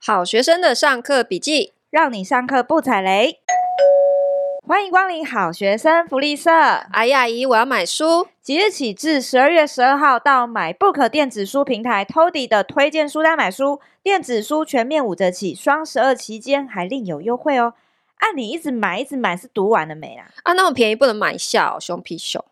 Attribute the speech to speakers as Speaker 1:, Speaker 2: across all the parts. Speaker 1: 好学生的上课笔记，
Speaker 2: 让你上课不踩雷。欢迎光临好学生福利社，
Speaker 1: 阿姨哎阿姨，我要买书。
Speaker 2: 即日起至十二月十二号到买 Book 电子书平台 Tody 的推荐书单买书，电子书全面五折起，双十二期间还另有优惠哦。按、你一直买一直买是读完了没啦？
Speaker 1: 啊，那么便宜不能买下、哦，熊皮熊。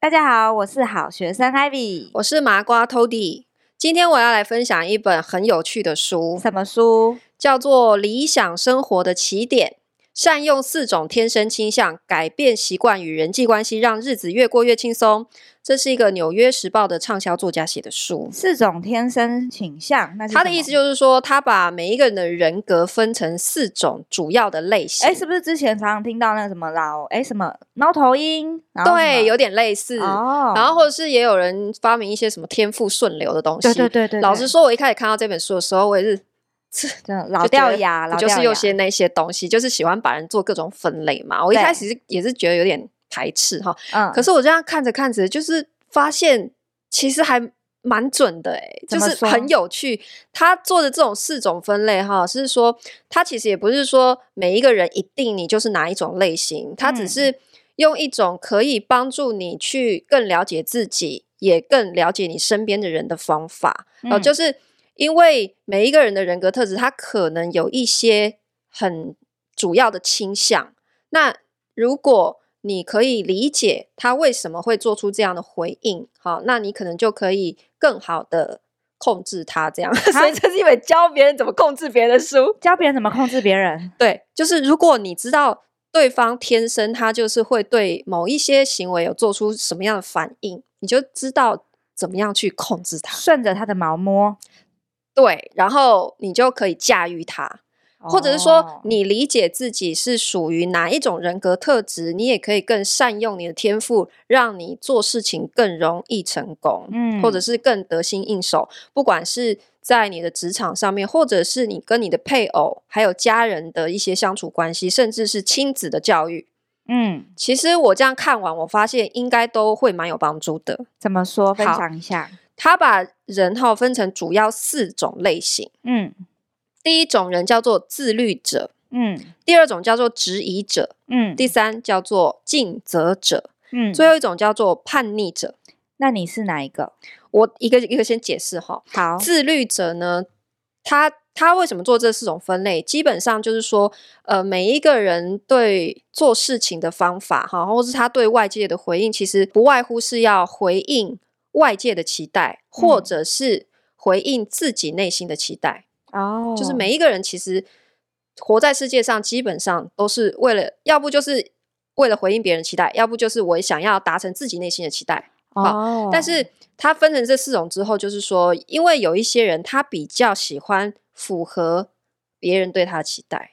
Speaker 2: 大家好，我是好学生 Ivy。
Speaker 1: 我是麻瓜 Tody，今天我要来分享一本很有趣的书，
Speaker 2: 什么书？
Speaker 1: 叫做《理想生活的起点》，善用四种天生倾向，改变习惯与人际关系，让日子越过越轻松。这是一个《纽约时报》的畅销作家写的书。
Speaker 2: 四种天生倾向，那是
Speaker 1: 他
Speaker 2: 什
Speaker 1: 的
Speaker 2: 么啊
Speaker 1: 意思就是说，他把每一个人的人格分成四种主要的类型。
Speaker 2: 哎，是不是之前常常听到那个什么老哎什么猫头鹰？然后什
Speaker 1: 对，
Speaker 2: 么啊
Speaker 1: 有点类似。
Speaker 2: 哦，
Speaker 1: 然后或者是也有人发明一些什么天赋顺流的东西。
Speaker 2: 对对对对，
Speaker 1: 老
Speaker 2: 对
Speaker 1: 实说，我一开始看到这本书的时候，我也是
Speaker 2: 真的老
Speaker 1: 就觉
Speaker 2: 掉
Speaker 1: 得
Speaker 2: 牙，
Speaker 1: 我
Speaker 2: 老
Speaker 1: 就是
Speaker 2: 掉
Speaker 1: 有
Speaker 2: 牙
Speaker 1: 些那些东西，就是喜欢把人做各种分类嘛。我一
Speaker 2: 对
Speaker 1: 开始是也是觉得有点排斥哈，
Speaker 2: 嗯，
Speaker 1: 可是我这样看着看着，就是发现其实还蛮准的哎、就
Speaker 2: 怎么
Speaker 1: 是
Speaker 2: 说
Speaker 1: 很有趣。他做的这种四种分类哈，是说他其实也不是说每一个人一定你就是哪一种类型，他只
Speaker 2: 嗯
Speaker 1: 是用一种可以帮助你去更了解自己，也更了解你身边的人的方法。哦，
Speaker 2: 嗯
Speaker 1: 就是因为每一个人的人格特质，他可能有一些很主要的倾向。那如果你可以理解他为什么会做出这样的回应，好，那你可能就可以更好的控制他这样。 所以这是一本教别人怎么控制别人的书。
Speaker 2: 教别人怎么控制别人，
Speaker 1: 对，就是如果你知道对方天生他就是会对某一些行为有做出什么样的反应，你就知道怎么样去控制他。
Speaker 2: 顺着他的毛摸，
Speaker 1: 对，然后你就可以驾驭它，或者是说
Speaker 2: 哦
Speaker 1: 你理解自己是属于哪一种人格特质，你也可以更善用你的天赋，让你做事情更容易成功，
Speaker 2: 嗯
Speaker 1: 或者是更得心应手。不管是在你的职场上面，或者是你跟你的配偶还有家人的一些相处关系，甚至是亲子的教育，
Speaker 2: 嗯，
Speaker 1: 其实我这样看完，我发现应该都会蛮有帮助的。
Speaker 2: 怎么说？分
Speaker 1: 好
Speaker 2: 享一下，
Speaker 1: 他把人哈分成主要四种类型。
Speaker 2: 嗯
Speaker 1: 第一种人叫做自律者，
Speaker 2: 嗯
Speaker 1: 第二种叫做质疑者，
Speaker 2: 嗯
Speaker 1: 第三叫做尽责者，
Speaker 2: 嗯，
Speaker 1: 最后一种叫做叛逆者。
Speaker 2: 那你是哪一个？
Speaker 1: 我一个一个先解释哈。
Speaker 2: 好，
Speaker 1: 自律者呢，他他为什么做这四种分类？基本上就是说，呃，每一个人对做事情的方法哈，或是他对外界的回应，其实不外乎是要回应外界的期待，或者是回应自己内心的期待。
Speaker 2: 哦，
Speaker 1: 就是每一个人其实活在世界上，基本上都是为了，要不就是为了回应别人期待，要不就是我想要达成自己内心的期待。
Speaker 2: 哦，
Speaker 1: 但是它分成这四种之后，就是说，因为有一些人他比较喜欢符合别人对他的期待，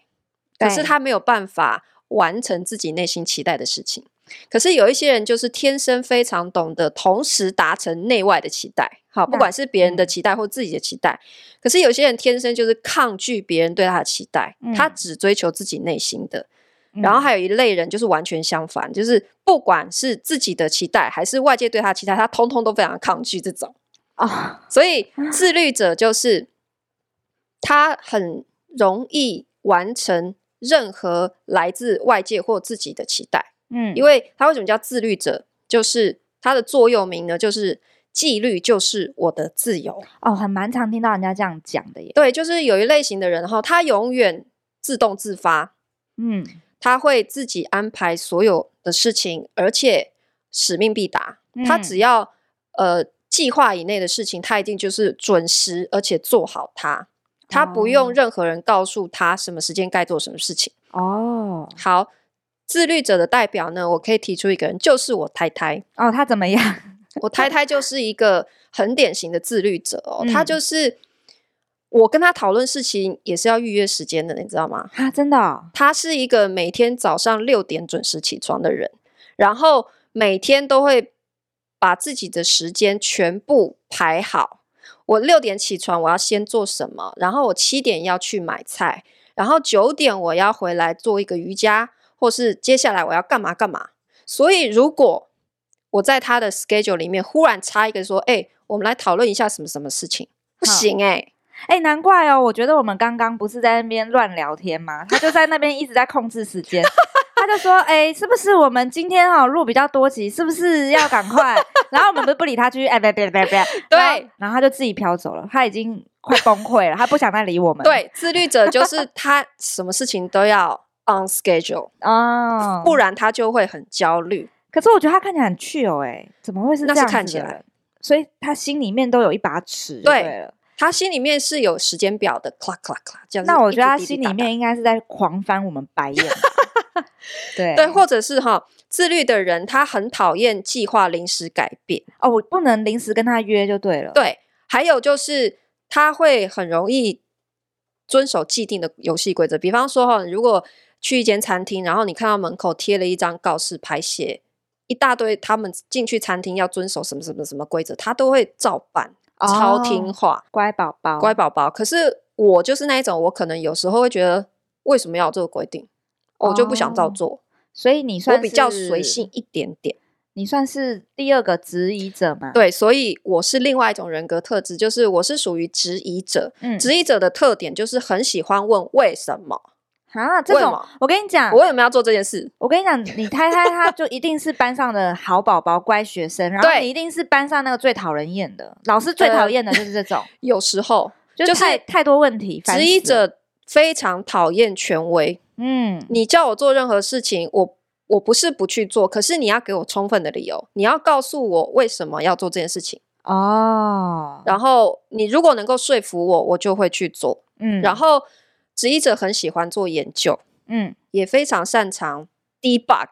Speaker 1: 可是
Speaker 2: 对
Speaker 1: 他没有办法完成自己内心期待的事情。可是有一些人就是天生非常懂得同时达成内外的期待，好，不
Speaker 2: 那
Speaker 1: 管是别人的
Speaker 2: 嗯
Speaker 1: 期待或自己的期待。可是有些人天生就是抗拒别人对他的期待，他
Speaker 2: 嗯
Speaker 1: 只追求自己内心的。然后还有一类人就是完全相反，就是不管是自己的期待还是外界对他的期待，他通通都非常抗拒这种。
Speaker 2: 嗯哦，
Speaker 1: 所以自律者就是他很容易完成任何来自外界或自己的期待，
Speaker 2: 嗯，
Speaker 1: 因为他为什么叫自律者？就是他的座右铭呢，就是纪律就是我的自由。
Speaker 2: 哦，很蛮常听到人家这样讲的耶，
Speaker 1: 对，就是有一类型的人哈，他永远自动自发，
Speaker 2: 嗯，
Speaker 1: 他会自己安排所有的事情，而且使命必达。他
Speaker 2: 嗯
Speaker 1: 只要呃计划以内的事情，他一定就是准时，而且做好它。他不用
Speaker 2: 哦
Speaker 1: 任何人告诉他什么时间该做什么事情。
Speaker 2: 哦
Speaker 1: 好，自律者的代表呢，我可以提出一个人，就是我太太。
Speaker 2: 哦，他怎么样？
Speaker 1: 我太太就是一个很典型的自律者哦，她
Speaker 2: 嗯
Speaker 1: 就是我跟她讨论事情也是要预约时间的，你知道吗？
Speaker 2: 啊，真的哦，
Speaker 1: 他是一个每天早上六点准时起床的人，然后每天都会把自己的时间全部排好。我六点起床，我要先做什么？然后我七点要去买菜，然后九点我要回来做一个瑜伽，或是接下来我要干嘛干嘛。所以，如果我在他的 schedule 里面忽然插一个说，哎、我们来讨论一下什么什么事情，不
Speaker 2: 好
Speaker 1: 行哎、
Speaker 2: 哎、难怪哦，我觉得我们刚刚不是在那边乱聊天吗？他就在那边一直在控制时间，他就说：“哎、是不是我们今天哈、哦、录比较多集，是不是要赶快？”然后我们不不理他，继续哎，别别别别，然后
Speaker 1: 对，
Speaker 2: 然后他就自己飘走了，他已经快崩溃了，他不想再理我们。，
Speaker 1: 对，自律者就是他什么事情都要 on schedule，、
Speaker 2: 哦，
Speaker 1: 不然他就会很焦虑。
Speaker 2: 可是我觉得他看起来很 chill 哎、怎么会是这
Speaker 1: 那
Speaker 2: 样
Speaker 1: 是
Speaker 2: 子
Speaker 1: 看起
Speaker 2: 的
Speaker 1: 来
Speaker 2: 人，所以他心里面都有一把尺就
Speaker 1: 对
Speaker 2: 对了。
Speaker 1: 他心里面是有时间表的，clock clock clock，这样子
Speaker 2: 那我
Speaker 1: 一
Speaker 2: 觉得他
Speaker 1: 直滴
Speaker 2: 心
Speaker 1: 滴
Speaker 2: 里
Speaker 1: 答答
Speaker 2: 面应该是在狂翻我们 白眼吧。对
Speaker 1: 对，或者是哈自律的人，他很讨厌计划临时改变。
Speaker 2: 哦，我不能临时跟他约就对了。
Speaker 1: 对，还有就是他会很容易遵守既定的游戏规则，比方说哈，如果去一间餐厅，然后你看到门口贴了一张告示牌写。一大堆，他们进去餐厅要遵守什么什么什么规则，他都会照办，超听
Speaker 2: 哦
Speaker 1: 话。
Speaker 2: 乖宝宝，
Speaker 1: 乖宝宝。可是我就是那一种，我可能有时候会觉得，为什么要有这个规定？我就不想照
Speaker 2: 哦
Speaker 1: 做，
Speaker 2: 所以你算
Speaker 1: 我比较随
Speaker 2: 是
Speaker 1: 性，一点点。
Speaker 2: 你算是第二个质疑者嘛？，
Speaker 1: 对，所以我是另外一种人格特质，就是我是属于质疑者。
Speaker 2: 嗯，
Speaker 1: 质疑者的特点就是很喜欢问为什么，
Speaker 2: 啊，这
Speaker 1: 为
Speaker 2: 种
Speaker 1: 嘛
Speaker 2: 我跟你讲
Speaker 1: 我，为什么要做这件事？
Speaker 2: 我跟你讲，你猜猜他就一定是班上的好宝宝、乖学生，然后
Speaker 1: 对
Speaker 2: 你一定是班上那个最讨人厌的，老师最讨
Speaker 1: 呃
Speaker 2: 厌的就是 这种，
Speaker 1: 有时候
Speaker 2: 就是
Speaker 1: 就是
Speaker 2: 太太多问题，烦
Speaker 1: 质疑
Speaker 2: 死了，
Speaker 1: 者非常讨厌权威，
Speaker 2: 嗯，
Speaker 1: 你叫我做任何事情，我我不是不去做，可是你要给我充分的理由，你要告诉我为什么要做这件事情。
Speaker 2: 哦，
Speaker 1: 然后你如果能够说服我，我就会去做。
Speaker 2: 嗯，
Speaker 1: 然后质疑者很喜欢做研究，
Speaker 2: 嗯，
Speaker 1: 也非常擅长 debug，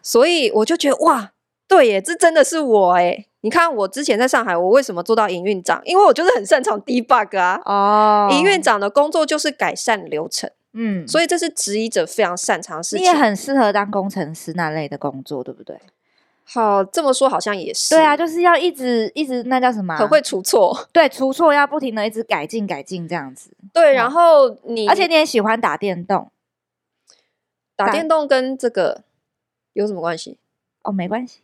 Speaker 1: 所以我就觉得哇，对耶，这真的是我哎！你看我之前在上海，我为什么做到营运长？因为我就是很擅长 debug 啊。
Speaker 2: 哦，
Speaker 1: 营运长的工作就是改善流程，
Speaker 2: 嗯，
Speaker 1: 所以这是质疑者非常擅长的事
Speaker 2: 你
Speaker 1: 情。
Speaker 2: 也很适合当工程师那类的工作，对不对？
Speaker 1: 好，这么说好像也是
Speaker 2: 对啊，就是要一直一直那叫什么啊、
Speaker 1: 很会出 错。
Speaker 2: 对出错，要不停的一直改进改进这样子。
Speaker 1: 对，然后你
Speaker 2: 哦而且你也喜欢打电动
Speaker 1: 打
Speaker 2: 打
Speaker 1: 电动跟这个有什么关系？
Speaker 2: 哦，没关系，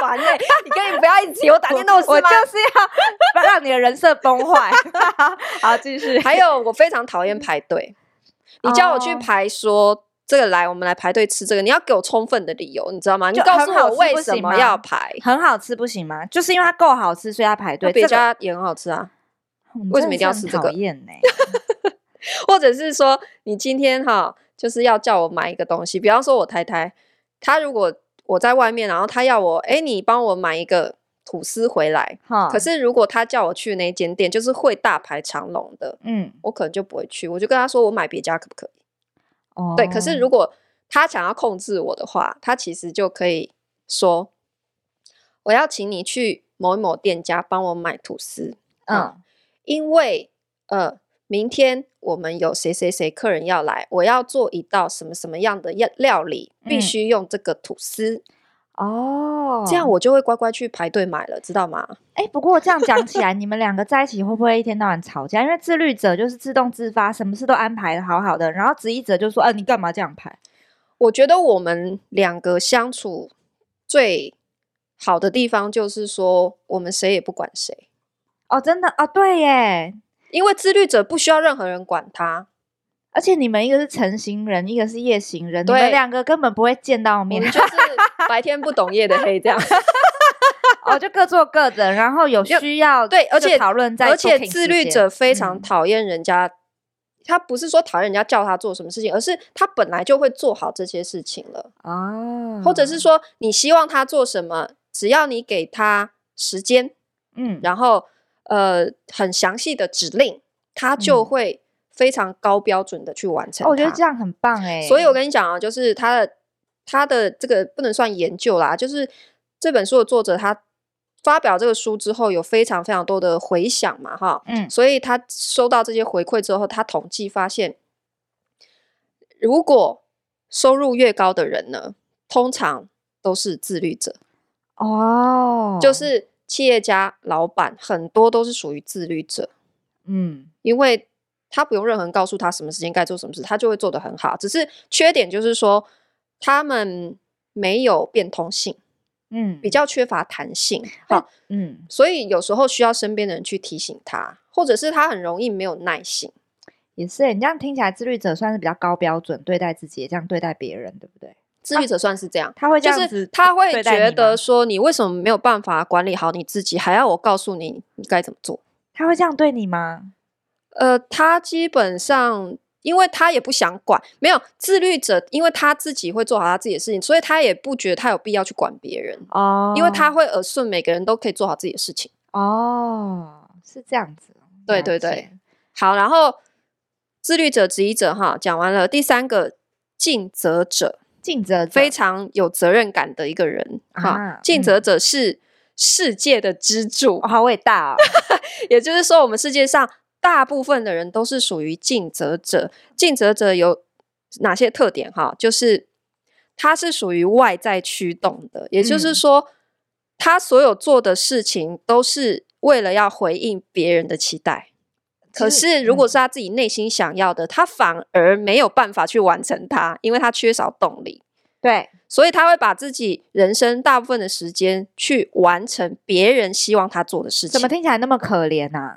Speaker 1: 烦哎、你跟 你不要一起，我打电动是
Speaker 2: 我就
Speaker 1: 吗？
Speaker 2: 是 要让你的人设崩坏。好，继续。
Speaker 1: 还有，我非常讨厌排队。你叫我去
Speaker 2: 哦
Speaker 1: 排说，这个来，我们来排队吃这个，你要给我充分的理由，你知道吗？你
Speaker 2: 就
Speaker 1: 告
Speaker 2: 很
Speaker 1: 诉
Speaker 2: 好
Speaker 1: 我
Speaker 2: 吃
Speaker 1: 为
Speaker 2: 不
Speaker 1: 什
Speaker 2: 行
Speaker 1: 么
Speaker 2: 吗
Speaker 1: 要排？
Speaker 2: 很好吃不行吗？就是因为它够好吃，所以它排
Speaker 1: 那
Speaker 2: 队。
Speaker 1: 别
Speaker 2: 这个
Speaker 1: 家也很好吃啊，
Speaker 2: 嗯
Speaker 1: 为什
Speaker 2: 真
Speaker 1: 么
Speaker 2: 的
Speaker 1: 一定要
Speaker 2: 是
Speaker 1: 吃
Speaker 2: 很
Speaker 1: 这
Speaker 2: 讨
Speaker 1: 个
Speaker 2: 厌呢？
Speaker 1: 或者是说，你今天哈，就是要叫我买一个东西，比方说我太太，她如果我在外面，然后她要我，哎、你帮我买一个吐司回来。
Speaker 2: 哈，
Speaker 1: 可是如果她叫我去那间店，就是会大排长龙的，
Speaker 2: 嗯，
Speaker 1: 我可能就不会去，我就跟她说我买别家可不可以？
Speaker 2: 哦，
Speaker 1: 对，可是如果他想要控制我的话，他其实就可以说，我要请你去某一某店家帮我买吐司，
Speaker 2: 嗯
Speaker 1: 因为呃，明天我们有谁谁谁客人要来，我要做一道什么什么样的料料理，必
Speaker 2: 嗯
Speaker 1: 须用这个吐司，
Speaker 2: 哦，
Speaker 1: 这样我就会乖乖去排队买了，知道吗？
Speaker 2: 哎、不过这样讲起来，你们两个在一起会不会一天到晚吵架？因为自律者就是自动自发，什么事都安排的好好的，然后质疑者就说：“啊，你干嘛这样排
Speaker 1: 我觉得我们两个相处最好的地方就是说，我们谁也不管谁。？”
Speaker 2: 哦，真的哦，对耶。
Speaker 1: 因为自律者不需要任何人管他，
Speaker 2: 而且你们一个是晨行人，一个是夜行人，你
Speaker 1: 对
Speaker 2: 们两个根本不会见到
Speaker 1: 我
Speaker 2: 面啊
Speaker 1: 们，就是白天不懂夜的黑这样。
Speaker 2: 哦，就各做各的，然后有
Speaker 1: 就
Speaker 2: 需要
Speaker 1: 对而
Speaker 2: 就
Speaker 1: 且
Speaker 2: 讨论 在，
Speaker 1: 而且自律者非常
Speaker 2: 嗯
Speaker 1: 讨厌人家，他不是说讨厌人家叫他做什么事情，而是他本来就会做好这些事情了，
Speaker 2: 哦，
Speaker 1: 或者是说你希望他做什么，只要你给他时间，
Speaker 2: 嗯，
Speaker 1: 然后呃很详细的指令，他就
Speaker 2: 嗯
Speaker 1: 会非常高标准的去完成它、
Speaker 2: 哦，我觉得这样很棒哎。
Speaker 1: 所以我跟你讲啊，就是他的他的这个不能算研究啦，就是这本书的作者他发表这个书之后，有非常非常多的回响嘛，哈，
Speaker 2: 嗯
Speaker 1: 所以他收到这些回馈之后，他统计发现，如果收入越高的人呢，通常都是自律者，
Speaker 2: 哦，
Speaker 1: 就是企业家、老板很多都是属于自律者，
Speaker 2: 嗯
Speaker 1: 因为他不用任何人告诉他什么时间该做什么事，他就会做得很好。只是缺点就是说，他们没有变通性，
Speaker 2: 嗯
Speaker 1: 比较缺乏弹性。
Speaker 2: 哎
Speaker 1: 好、
Speaker 2: 嗯，
Speaker 1: 所以有时候需要身边的人去提醒他，或者是他很容易没有耐性。
Speaker 2: 也是欸。你这样听起来，自律者算是比较高标准对待自己，也这样对待别人，对不对？
Speaker 1: 自律者算是这样，
Speaker 2: 啊他会这
Speaker 1: 就
Speaker 2: 样子
Speaker 1: 是他会
Speaker 2: 对待
Speaker 1: 觉
Speaker 2: 你
Speaker 1: 得
Speaker 2: 吗
Speaker 1: 说，你为什么没有办法管理好你自己，还要我告诉你你该怎么做？
Speaker 2: 他会这样对你吗？
Speaker 1: 呃，他基本上，因为他也不想管，没有自律者，因为他自己会做好他自己的事情，所以他也不觉得他有必要去管别人，
Speaker 2: 哦，
Speaker 1: 因为他会耳顺每个人都可以做好自己的事情。
Speaker 2: 哦是这样子哦，
Speaker 1: 对
Speaker 2: 了
Speaker 1: 对
Speaker 2: 解
Speaker 1: 对，好，然后自律者、质疑者哈，讲完了。第三个，尽责者，
Speaker 2: 尽责者
Speaker 1: 非常有责任感的一个人
Speaker 2: 啊
Speaker 1: 哈。尽责者是世界的支柱，
Speaker 2: 哦，好伟大 哦，
Speaker 1: 也就是说，我们世界上大部分的人都是属于尽责者。尽责者有哪些特点？哈，就是他是属于外在驱动的，也就
Speaker 2: 嗯
Speaker 1: 是说，他所有做的事情都是为了要回应别人的期待。可
Speaker 2: 其实
Speaker 1: 是，如果
Speaker 2: 嗯
Speaker 1: 是他自己内心想要的，他反而没有办法去完成它，因为他缺少动力，
Speaker 2: 对，
Speaker 1: 所以他会把自己人生大部分的时间去完成别人希望他做的事情。
Speaker 2: 怎么听起来那么可怜啊呐？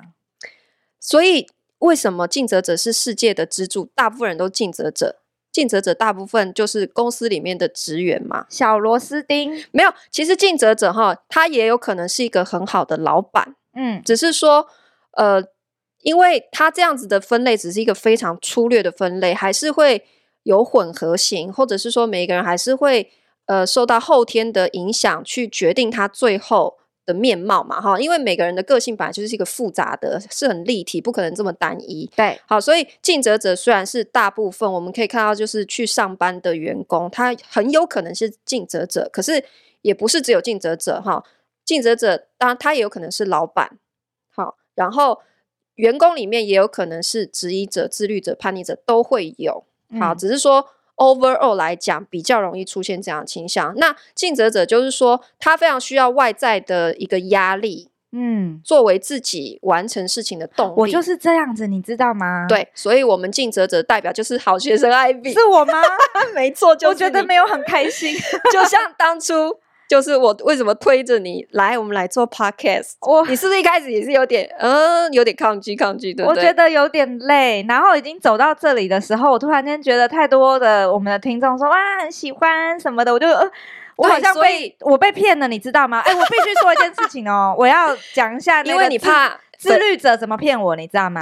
Speaker 1: 所以为什么尽责者是世界的支柱？大部分人都尽责者，尽责者大部分就是公司里面的职员嘛。
Speaker 2: 小螺丝钉，
Speaker 1: 没有，其实尽责者哈，他也有可能是一个很好的老板，
Speaker 2: 嗯，
Speaker 1: 只是说，呃，因为他这样子的分类只是一个非常粗略的分类，还是会有混合型，或者是说每一个人还是会呃受到后天的影响去决定他最后的面貌嘛，哈，因为每个人的个性本来就是一个复杂的，是很立体，不可能这么单一。
Speaker 2: 对，
Speaker 1: 好，所以尽责者虽然是大部分，我们可以看到就是去上班的员工，他很有可能是尽责者，可是也不是只有尽责者哈。尽责者当然他也有可能是老板，好，然后员工里面也有可能是质疑者、自律者、叛逆者都会有，好，
Speaker 2: 嗯
Speaker 1: 只是说 overall 来讲比较容易出现这样的倾向。那尽责者就是说他非常需要外在的一个压力，
Speaker 2: 嗯，
Speaker 1: 作为自己完成事情的动力。
Speaker 2: 我就是这样子，你知道吗？，
Speaker 1: 对，所以我们尽责者代表就是好学生 Ivy，
Speaker 2: 啊是我 吗？
Speaker 1: 没错，
Speaker 2: 我觉得没有很开心，
Speaker 1: 有，就像当初就是我为什么推着你来，我们来做 podcast，
Speaker 2: 我
Speaker 1: 你是不是一开始也是有点嗯有点抗拒抗拒，对不
Speaker 2: 我
Speaker 1: 对？
Speaker 2: 觉得有点累，然后已经走到这里的时候，我突然间觉得太多的我们的听众说哇很喜欢什么的，我就呃，我
Speaker 1: 对
Speaker 2: 好像
Speaker 1: 所
Speaker 2: 被
Speaker 1: 以
Speaker 2: 我被骗了，你知道吗？哎，我必须说一件事情哦，我要讲一下那个自，
Speaker 1: 因为你怕
Speaker 2: 自律者怎么骗我，你知道吗？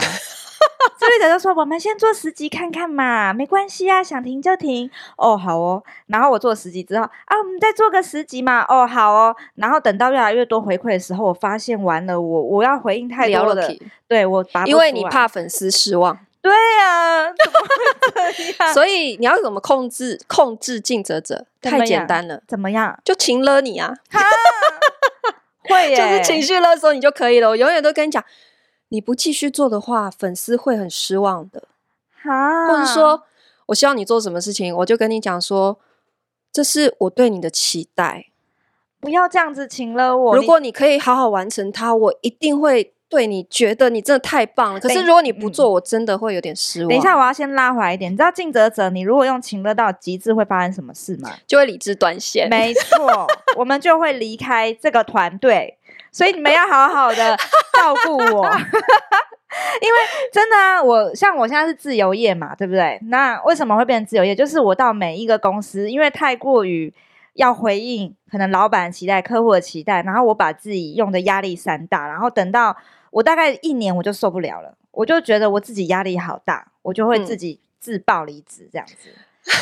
Speaker 2: 自律者就说我们先做十集看看嘛，没关系啊，想停就停。哦，好哦。然后我做十集之后啊，我们再做个十集嘛。哦，好哦。然后等到越来越多回馈的时候，我发现完了，我我要回应太
Speaker 1: 聊
Speaker 2: 多
Speaker 1: 了
Speaker 2: 了
Speaker 1: 题，
Speaker 2: 对我拔不
Speaker 1: 因为
Speaker 2: 出
Speaker 1: 你
Speaker 2: 来
Speaker 1: 怕粉丝失 望，
Speaker 2: 对啊，怎么会这样？
Speaker 1: 所以你要怎么控制控制尽责者？
Speaker 2: 怎么
Speaker 1: 太简
Speaker 2: 样
Speaker 1: 单了，
Speaker 2: 怎么 样？
Speaker 1: 就情勒你啊，
Speaker 2: 会耶，
Speaker 1: 就是情绪勒索你就可以了。我永远都跟你讲，你不继续做的话，粉丝会很失望的。
Speaker 2: 啊，
Speaker 1: 或者说我希望你做什么事情，我就跟你讲说，这是我对你的期待。
Speaker 2: 不要这样子请了我。
Speaker 1: 如
Speaker 2: 你
Speaker 1: 果你可以好好完成它，我一定会对你觉得你真的太棒了。可是
Speaker 2: 等
Speaker 1: 如果你不做，我真的会有点失望。
Speaker 2: 哎嗯等一下，我要先拉回来一点。你知道尽责者，你如果用情乐到极致，会发生什么事吗？
Speaker 1: 就会理智断线。
Speaker 2: 没错，我们就会离开这个团队，所以你们要好好 的照顾我。因为真的啊，我像我现在是自由业嘛，对不对？那为什么会变成自由业？就是我到每一个公司，因为太过于要回应可能老板的期待、客户的期待，然后我把自己用的压力山大，然后等到我大概一年我就受不了了，我就觉得我自己压力好大，我就会
Speaker 1: 嗯
Speaker 2: 自己自爆离职这样子。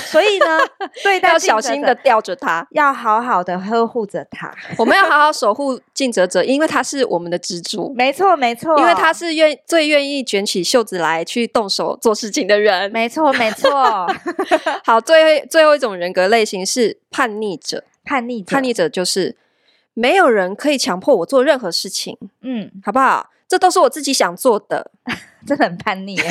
Speaker 2: 所以呢，对待
Speaker 1: 要
Speaker 2: 竞
Speaker 1: 小
Speaker 2: 争
Speaker 1: 心
Speaker 2: 者
Speaker 1: 的吊着它，
Speaker 2: 要好好的呵护着它。
Speaker 1: 我们要好好守护尽责者，因为他是我们的支柱，
Speaker 2: 没错，没错，
Speaker 1: 因为他是愿最愿意卷起袖子来去动手做事情的人。
Speaker 2: 没错，没 错，
Speaker 1: 好，最后最后一种人格类型是叛逆者，
Speaker 2: 叛逆，
Speaker 1: 叛逆，者就是没有人可以强迫我做任何事情，
Speaker 2: 嗯，
Speaker 1: 好不好？这都是我自己想做的。
Speaker 2: 真的很叛逆耶。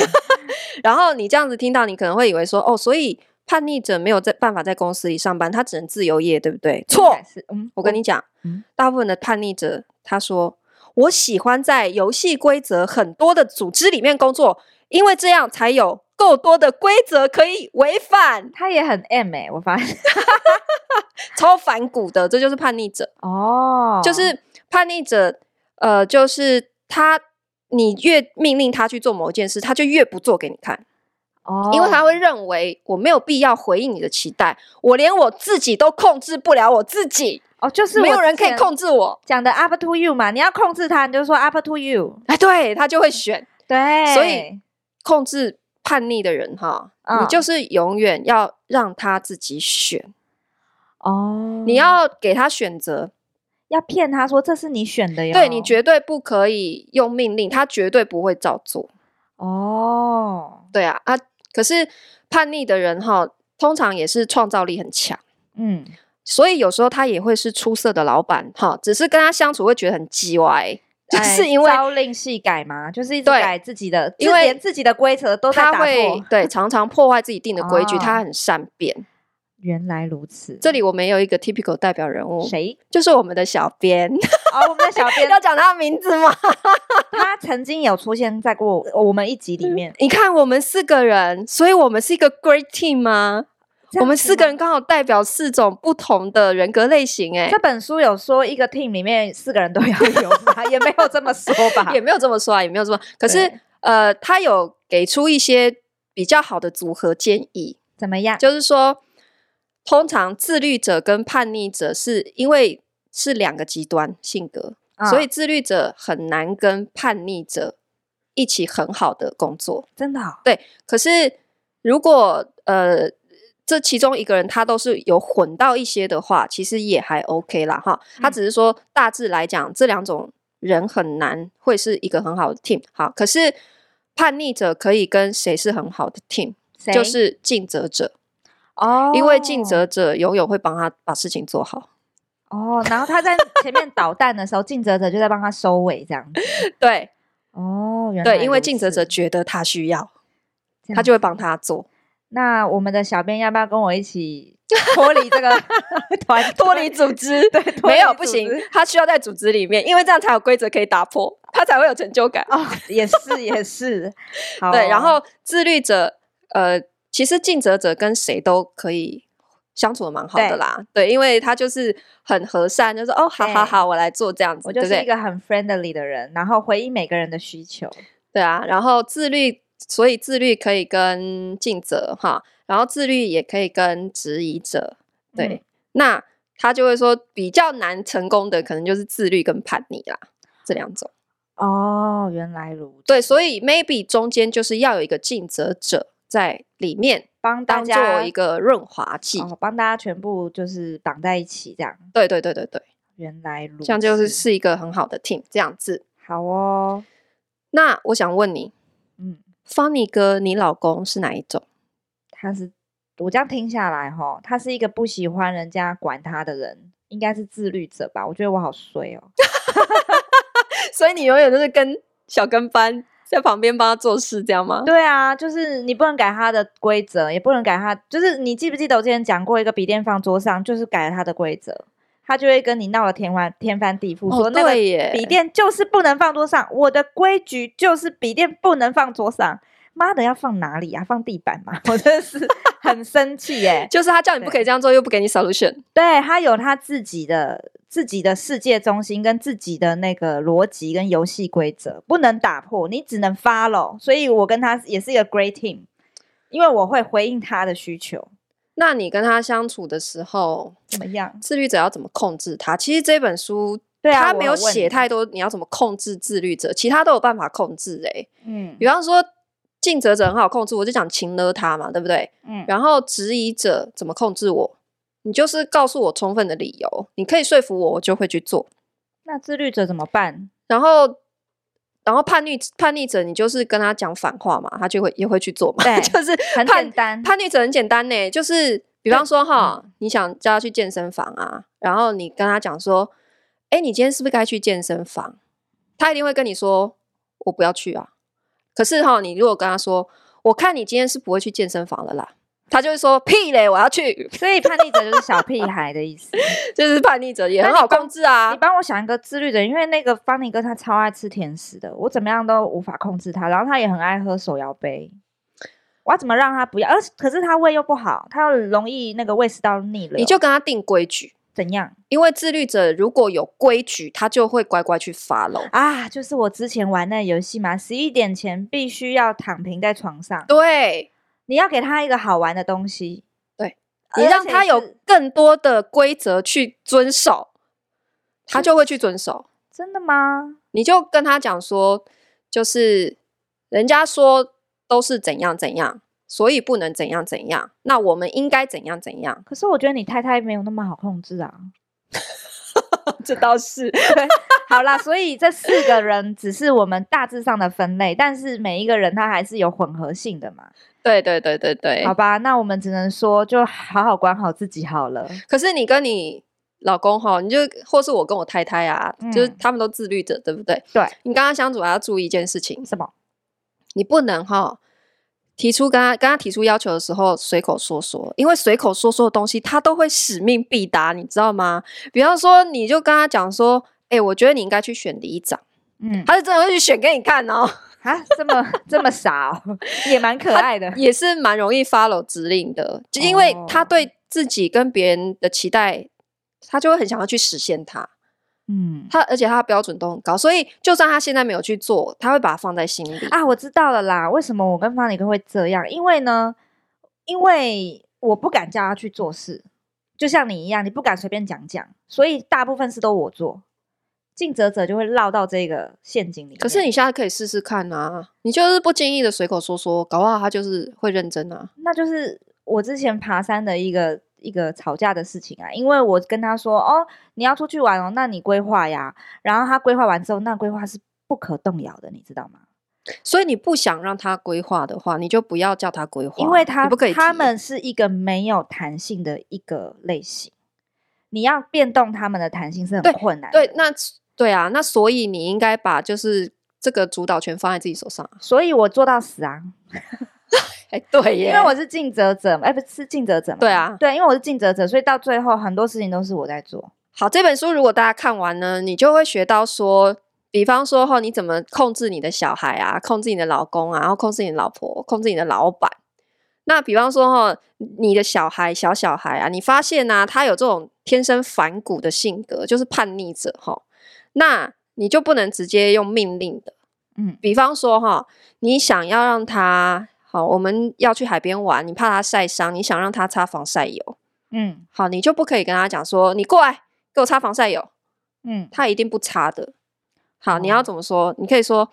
Speaker 1: 然后你这样子听到，你可能会以为说，哦，所以叛逆者没有在办法在公司里上班，他只能自由业，对不对？ 错
Speaker 2: 应该，是，嗯，
Speaker 1: 我跟你讲
Speaker 2: 嗯，
Speaker 1: 大部分的叛逆者他说，我喜欢在游戏规则很多的组织里面工作，因为这样才有够多的规则可以违反，
Speaker 2: 他也很 M 哎、我发现
Speaker 1: 超反骨的，这就是叛逆者。
Speaker 2: 哦，
Speaker 1: 就是叛逆者，呃，就是他，你越命令他去做某一件事，他就越不做给你看，
Speaker 2: 哦，
Speaker 1: 因为他会认为我没有必要回应你的期待，我连我自己都控制不了我自己，
Speaker 2: 哦，就是
Speaker 1: 没
Speaker 2: 我
Speaker 1: 有人
Speaker 2: 之
Speaker 1: 可以
Speaker 2: 前
Speaker 1: 控制我。
Speaker 2: 讲的 up to you 嘛，你要控制他，你就说 up to you，
Speaker 1: 哎，对他就会 选
Speaker 2: 对，
Speaker 1: 所以控制叛逆的人哈，
Speaker 2: 嗯
Speaker 1: 你就是永远要让他自己选，
Speaker 2: 哦，
Speaker 1: 你要给他选择，
Speaker 2: 要骗他说这是你选的哟，
Speaker 1: 对你绝对不可以用命令，他绝对不会照做。
Speaker 2: 哦，
Speaker 1: 对啊啊！可是叛逆的人哈，通常也是创造力很强，
Speaker 2: 嗯，
Speaker 1: 所以有时候他也会是出色的老板哈，只是跟他相处会觉得很叽歪，就是
Speaker 2: 哎
Speaker 1: 因为
Speaker 2: 朝令夕改嘛，就是一直
Speaker 1: 对
Speaker 2: 改自己的，
Speaker 1: 因
Speaker 2: 就
Speaker 1: 为
Speaker 2: 连自己的规则都在
Speaker 1: 他
Speaker 2: 打
Speaker 1: 会
Speaker 2: 破。
Speaker 1: 对常常破坏自己定的规矩，
Speaker 2: 哦
Speaker 1: 他很善变。
Speaker 2: 原来如此，
Speaker 1: 这里我们有一个 typical 代表人物，
Speaker 2: 谁？
Speaker 1: 就是我们的小 编，
Speaker 2: 哦哦，我们 的小编
Speaker 1: 要讲他的名字吗？
Speaker 2: 他曾经有出现在过呃我们一集里面，
Speaker 1: 你看我们四个人，所以我们是一个 great team 吗？
Speaker 2: 这样
Speaker 1: 我们
Speaker 2: 子
Speaker 1: 四个
Speaker 2: 吗
Speaker 1: 人刚好代表四种不同的人格类型、哎。
Speaker 2: 这，本书有说一个 team 里面四个人都要有吗？也没有这么说吧
Speaker 1: 也没有这么说啊，也没有这么。可是
Speaker 2: 对
Speaker 1: 呃，他有给出一些比较好的组合建议，
Speaker 2: 怎么样？
Speaker 1: 就是说，通常自律者跟叛逆者是因为是两个极端性格，
Speaker 2: 啊
Speaker 1: 所以自律者很难跟叛逆者一起很好的工作。
Speaker 2: 真的哦
Speaker 1: 对，可是如果呃。这其中一个人他都是有混到一些的话，其实也还 OK 啦哈。他
Speaker 2: 嗯
Speaker 1: 只是说大致来讲，这两种人很难会是一个很好的 team。好，可是叛逆者可以跟谁是很好的 team，
Speaker 2: 谁
Speaker 1: 就是尽责者，
Speaker 2: 哦，
Speaker 1: 因为尽责者永远会帮他把事情做好。
Speaker 2: 哦，然后他在前面捣蛋的时候，尽责者就在帮他收尾这样子。
Speaker 1: 对
Speaker 2: 哦，原来
Speaker 1: 对，因为
Speaker 2: 如
Speaker 1: 尽责
Speaker 2: 此
Speaker 1: 者觉得他需要，他
Speaker 2: 这样
Speaker 1: 就会帮他做，
Speaker 2: 那我们的小编要不要跟我一起脱离这个 团队，
Speaker 1: 脱离组织。
Speaker 2: 对，脱
Speaker 1: 没
Speaker 2: 离
Speaker 1: 有
Speaker 2: 组
Speaker 1: 不行
Speaker 2: 织，
Speaker 1: 他需要在组织里面，因为这样才有规则可以打破， 他才会有成就感。
Speaker 2: 哦，也是 也是，好
Speaker 1: 对，然
Speaker 2: 哦
Speaker 1: 后自律者，呃，其实尽责者跟谁都可以相处的蛮好
Speaker 2: 对
Speaker 1: 的啦。对，因为他就是很和善，就是哦，好
Speaker 2: 对
Speaker 1: 好好，我来做这样子，
Speaker 2: 我
Speaker 1: 对
Speaker 2: 就
Speaker 1: 不
Speaker 2: 是一
Speaker 1: 对？
Speaker 2: 个很 friendly 的人，然后回应每个人的需求。
Speaker 1: 对啊，然后自律，所以自律可以跟尽责哈，然后自律也可以跟质疑者。对，
Speaker 2: 嗯
Speaker 1: 那他就会说比较难成功的，可能就是自律跟叛逆啦。这两种，
Speaker 2: 哦，原来如此。
Speaker 1: 对，所
Speaker 2: 以
Speaker 1: 以 maybe 中间就是要有一个尽责者在里面，
Speaker 2: 帮大
Speaker 1: 当
Speaker 2: 家
Speaker 1: 做一个润滑剂。
Speaker 2: 哦，帮大家全部就是绑在一起这样。
Speaker 1: 对对对对对，
Speaker 2: 原来如此，
Speaker 1: 这样就是是一个很好的 team 这样子。
Speaker 2: 好哦。
Speaker 1: 那我想问你
Speaker 2: 嗯，
Speaker 1: ，Funny 哥，你老公是哪一种？
Speaker 2: 他是我这样听下来哈，他是一个不喜欢人家管他的人，应该是自律者吧？我觉得我好衰哦。
Speaker 1: 所以你永远都是跟小跟班在旁边帮他做事，这样吗？
Speaker 2: 对啊，就是你不能改他的规则，也不能改他，就是你记不记得我之前讲过一个笔电放桌上，就是改了他的规则，他就会跟你闹得天翻天翻地覆，
Speaker 1: 哦
Speaker 2: 说那个
Speaker 1: 对耶
Speaker 2: 笔电就是不能放桌上，我的规矩就是笔电不能放桌上，妈的要放哪里啊？放地板吗？ 我真的是很生气耶、
Speaker 1: 就是他叫你不可以这样做，又不给你 solution。
Speaker 2: 对他有他自己的自己的世界中心跟自己的那个逻辑跟游戏规则，不能打破，你只能 follow。所以我跟他也是一个 great team，因为我会回应他的需求。
Speaker 1: 那你跟他相处的时候，
Speaker 2: 怎么样？
Speaker 1: 自律者要怎么控制他？其实这本书
Speaker 2: 对啊，
Speaker 1: 他没有
Speaker 2: 我问
Speaker 1: 写
Speaker 2: 你，
Speaker 1: 太多，你要怎么控制自律者？其他都有办法控制诶、
Speaker 2: 嗯
Speaker 1: 比方说尽责者很好控制，我就讲擒了他嘛，对不对？
Speaker 2: 嗯，
Speaker 1: 然后质疑者怎么控制我？你就是告诉我充分的理由，你可以说服我，我就会去做。
Speaker 2: 那自律者怎么办？
Speaker 1: 然后，然后叛逆叛逆者，你就是跟他讲反话嘛，他就会也会去做嘛。
Speaker 2: 对
Speaker 1: 就是
Speaker 2: 很
Speaker 1: 叛
Speaker 2: 简单，
Speaker 1: 叛逆者很简单呢，就是比方说哈，
Speaker 2: 嗯
Speaker 1: 你想叫他去健身房啊，然后你跟他讲说，哎，你今天是不是该去健身房？他一定会跟你说，我不要去啊。可是哈，你如果跟他说，我看你今天是不会去健身房的啦，他就会说屁嘞，我要去，
Speaker 2: 所以叛逆者就是小屁孩的意思。
Speaker 1: 就是叛逆者也很
Speaker 2: 那你
Speaker 1: 好
Speaker 2: 帮
Speaker 1: 控制啊。
Speaker 2: 你帮我想一个自律的，因为那个方尼哥他超爱吃甜食的，我怎么样都无法控制他，然后他也很爱喝手摇杯。我要怎么让他不要？而可是他胃又不好，他又容易那个胃食道逆流，
Speaker 1: 你就跟他定规矩。
Speaker 2: 怎样
Speaker 1: 因为自律者如果有规矩，他就会乖乖去 follow。
Speaker 2: 啊？就是我之前玩那游戏嘛，十一点前必须要躺平在床上，
Speaker 1: 对
Speaker 2: 你要给他一个好玩的东西，
Speaker 1: 对
Speaker 2: 而
Speaker 1: 你
Speaker 2: 且是，
Speaker 1: 让他有更多的规则去遵守，他就会去遵守。
Speaker 2: 真的吗？
Speaker 1: 你就跟他讲说，就是人家说都是怎样怎样，所以不能怎样怎样，那我们应该怎样怎样。
Speaker 2: 可是我觉得你太太没有那么好控制啊。
Speaker 1: 这倒是，
Speaker 2: 好啦，所以这四个人只是我们大致上的分类，但是每一个人他还是有混合性的嘛。
Speaker 1: 对对对对对
Speaker 2: 好。吧，那我们只能说就好好管好自己 好了。
Speaker 1: 可是你跟你老公哈，你就或是我跟我太太啊，就是
Speaker 2: 嗯
Speaker 1: 他们都自律者，对不对？
Speaker 2: 对，
Speaker 1: 你跟他相处还要注意一件事情，
Speaker 2: 什么？
Speaker 1: 你不能哈提出跟他跟他提出要求的时候随口说说，因为随口说说的东西他都会使命必达，你知道吗？比方说，你就跟他讲说。哎、我觉得你应该去选里长，
Speaker 2: 嗯，
Speaker 1: 他是真的会去选给你看哦，
Speaker 2: 啊，这么这么傻、哦， 也蛮可爱的。
Speaker 1: 也是蛮容易 follow 指令的，就因为他
Speaker 2: 哦
Speaker 1: 对自己跟别人的期待，他就会很想要去实现它。
Speaker 2: 嗯，
Speaker 1: 他而且他的标准都很高，所以就算他现在没有去做，他会把它放在心里。
Speaker 2: 啊，我知道了啦。为什么我跟方礼哥会这样？因为呢，因为我不敢叫他去做事，就像你一样，你不敢随便讲讲，所以大部分事都我做。尽责者就会落到这个陷阱里面。
Speaker 1: 可是你现在可以试试看啊，你就是不经意的随口说说，搞不好他就是会认真啊。
Speaker 2: 那就是我之前爬山的一个一个吵架的事情啊，因为我跟他说哦，你要出去玩哦，那你规划呀，然后他规划完之后，那规划是不可动摇的，你知道吗？
Speaker 1: 所以你不想让他规划的话，你就不要叫他规划，
Speaker 2: 因为
Speaker 1: 你
Speaker 2: 他
Speaker 1: 不可以
Speaker 2: 他
Speaker 1: 提
Speaker 2: 们是一个没有弹性的一个类型，你要变动他们的弹性是很
Speaker 1: 对
Speaker 2: 困难的。
Speaker 1: 对那对啊，那所以你应该把就是这个主导权放在自己手上。啊
Speaker 2: 所以我做到死啊，
Speaker 1: 哎，对耶，
Speaker 2: 因为我是尽责者嘛，哎、不是是尽责者嘛，
Speaker 1: 对啊
Speaker 2: 对，因为我是尽责者，所以到最后很多事情都是我在做。
Speaker 1: 好，这本书如果大家看完呢，你就会学到说，比方说哈，你怎么控制你的小孩啊，控制你的老公啊，然后控制你的老婆，控制你的老板。那比方说哈，你的小孩小小孩啊，你发现呢、啊，他有这种天生反骨的性格，就是叛逆者哈，那你就不能直接用命令的。
Speaker 2: 嗯
Speaker 1: 比方说哈，你想要让他好，我们要去海边玩，你怕他晒伤，你想让他擦防晒油，
Speaker 2: 嗯
Speaker 1: 好，你就不可以跟他讲说，你过来给我擦防晒油，
Speaker 2: 嗯，
Speaker 1: 他一定不擦的。好，你要
Speaker 2: 哦
Speaker 1: 怎么说？你可以说，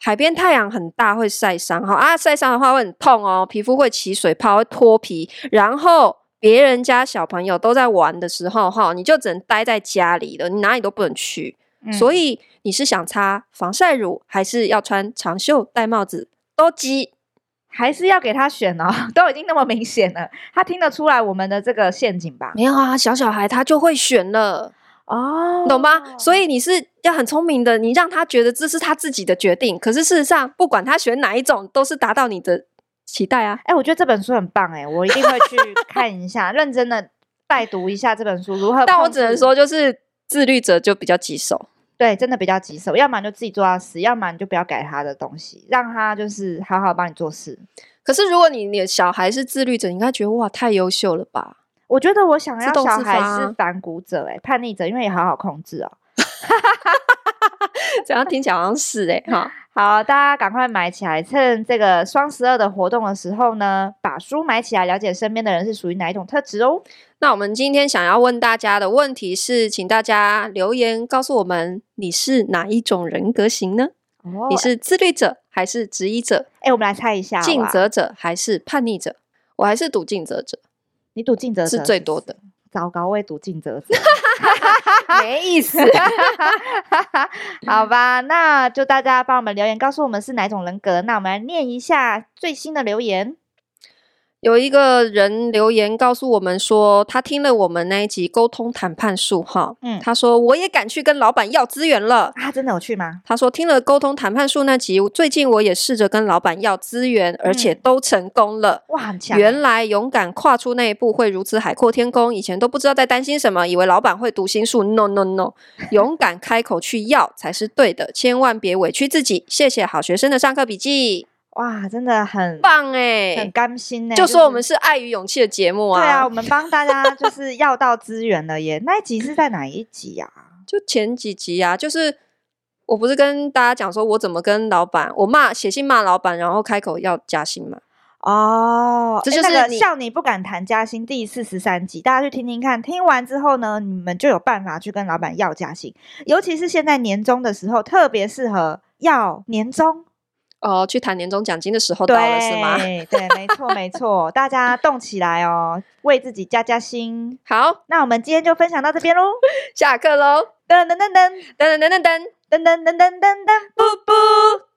Speaker 1: 海边太阳很大，会晒伤。好啊，晒伤的话会很痛哦，皮肤会起水泡，会脱皮。然后别人家小朋友都在玩的时候，哈，你就只能待在家里了，你哪里都不能去。
Speaker 2: 嗯
Speaker 1: 所以你是想擦防晒乳，还是要穿长袖戴帽子？都鸡。
Speaker 2: 还是要给他选哦， 都已经那么明显了，他听得出来我们的这个陷阱吧？
Speaker 1: 没有啊，小小孩他就会选了。
Speaker 2: 哦
Speaker 1: 你懂吗？所以你是要很聪明的，你让他觉得这是他自己的决定。可是事实上，不管他选哪一种，都是达到你的期待啊。
Speaker 2: 哎、我觉得这本书很棒哎，我一定会去看一下， 认真的拜读一下这本书如何。
Speaker 1: 但我只能，说，就是自律者就比较棘手。
Speaker 2: 对，真的比较棘手，要么你就自己做到死，要么你就不要改他的东西，让他就是好好帮你做事。
Speaker 1: 可是如果你你的小孩是自律者，你应该觉得哇，太优秀了吧？
Speaker 2: 我觉得我想
Speaker 1: 自
Speaker 2: 要
Speaker 1: 动
Speaker 2: 小
Speaker 1: 自
Speaker 2: 孩
Speaker 1: 发
Speaker 2: 是
Speaker 1: 啊
Speaker 2: 反骨者哎，叛逆者，因为也好好控制哦。
Speaker 1: 这样听起来好像是哎、 哈。
Speaker 2: 好，大家赶快买起来，趁这个双十二的活动的时候呢，把书买起来，了解身边的人是属于哪一种特质哦。
Speaker 1: 那我们今天想要问大家的问题是，请大家留言告诉我们，你是哪一种人格型呢？
Speaker 2: 哦
Speaker 1: 你是自律者还是质疑者？
Speaker 2: 哎、我们来猜一下好不
Speaker 1: 尽
Speaker 2: 好，
Speaker 1: 责者还是叛逆者？我还是赌尽责者。
Speaker 2: 你赌尽责
Speaker 1: 是
Speaker 2: 者
Speaker 1: 最
Speaker 2: 不
Speaker 1: 多
Speaker 2: 是
Speaker 1: 的。
Speaker 2: 糟糕，我也赌尽责者。
Speaker 1: 没意思。
Speaker 2: 好吧，那就大家帮我们留言，告诉我们是哪种人格。那我们来念一下最新的留言。
Speaker 1: 有一个人留言告诉我们说，他听了我们那一集沟通谈判术哈，
Speaker 2: 嗯
Speaker 1: 他说我也敢去跟老板要资源了。
Speaker 2: 啊，真的有去吗？
Speaker 1: 他说听了沟通谈判术那集，最近我也试着跟老板要资源，而且都成功了。
Speaker 2: 哇，很强欸！
Speaker 1: 原来勇敢跨出那一步会如此海阔天空，以前都不知道在担心什么，以为老板会读心术。No No No，勇 敢开口去要才是对的，千万别委屈自己。谢谢好学生的上课笔记。
Speaker 2: 哇，真的很
Speaker 1: 棒哎、
Speaker 2: 很甘心呢、
Speaker 1: 就说我们
Speaker 2: 啊是
Speaker 1: 是爱与勇气的节目啊，
Speaker 2: 对啊，我们帮大家就是要到资源了耶。那一集是在哪一集啊呀、
Speaker 1: 就前几集啊，就是我不是跟大家讲说我怎么跟老板，我骂写信骂老板，然后开口要加薪嘛。
Speaker 2: 哦，
Speaker 1: 这
Speaker 2: 诶
Speaker 1: 就
Speaker 2: 那
Speaker 1: 是
Speaker 2: 个
Speaker 1: 你
Speaker 2: 笑你不敢谈加薪第四十三集，大家去听听看。听完之后呢，你们就有办法去跟老板要加薪，尤其是现在年终的时候，特别适合要年终。
Speaker 1: 哦，去谈年终奖金的时候到
Speaker 2: 对
Speaker 1: 了是吗？
Speaker 2: 对，没错没错，大家动起来哦，为自己加加薪。
Speaker 1: 好，
Speaker 2: 那我们今天就分享到这边喽，
Speaker 1: 下课喽！
Speaker 2: 噔噔噔
Speaker 1: 噔噔噔
Speaker 2: 噔
Speaker 1: 噔噔。
Speaker 2: 噔噔噔噔噔噔，不不。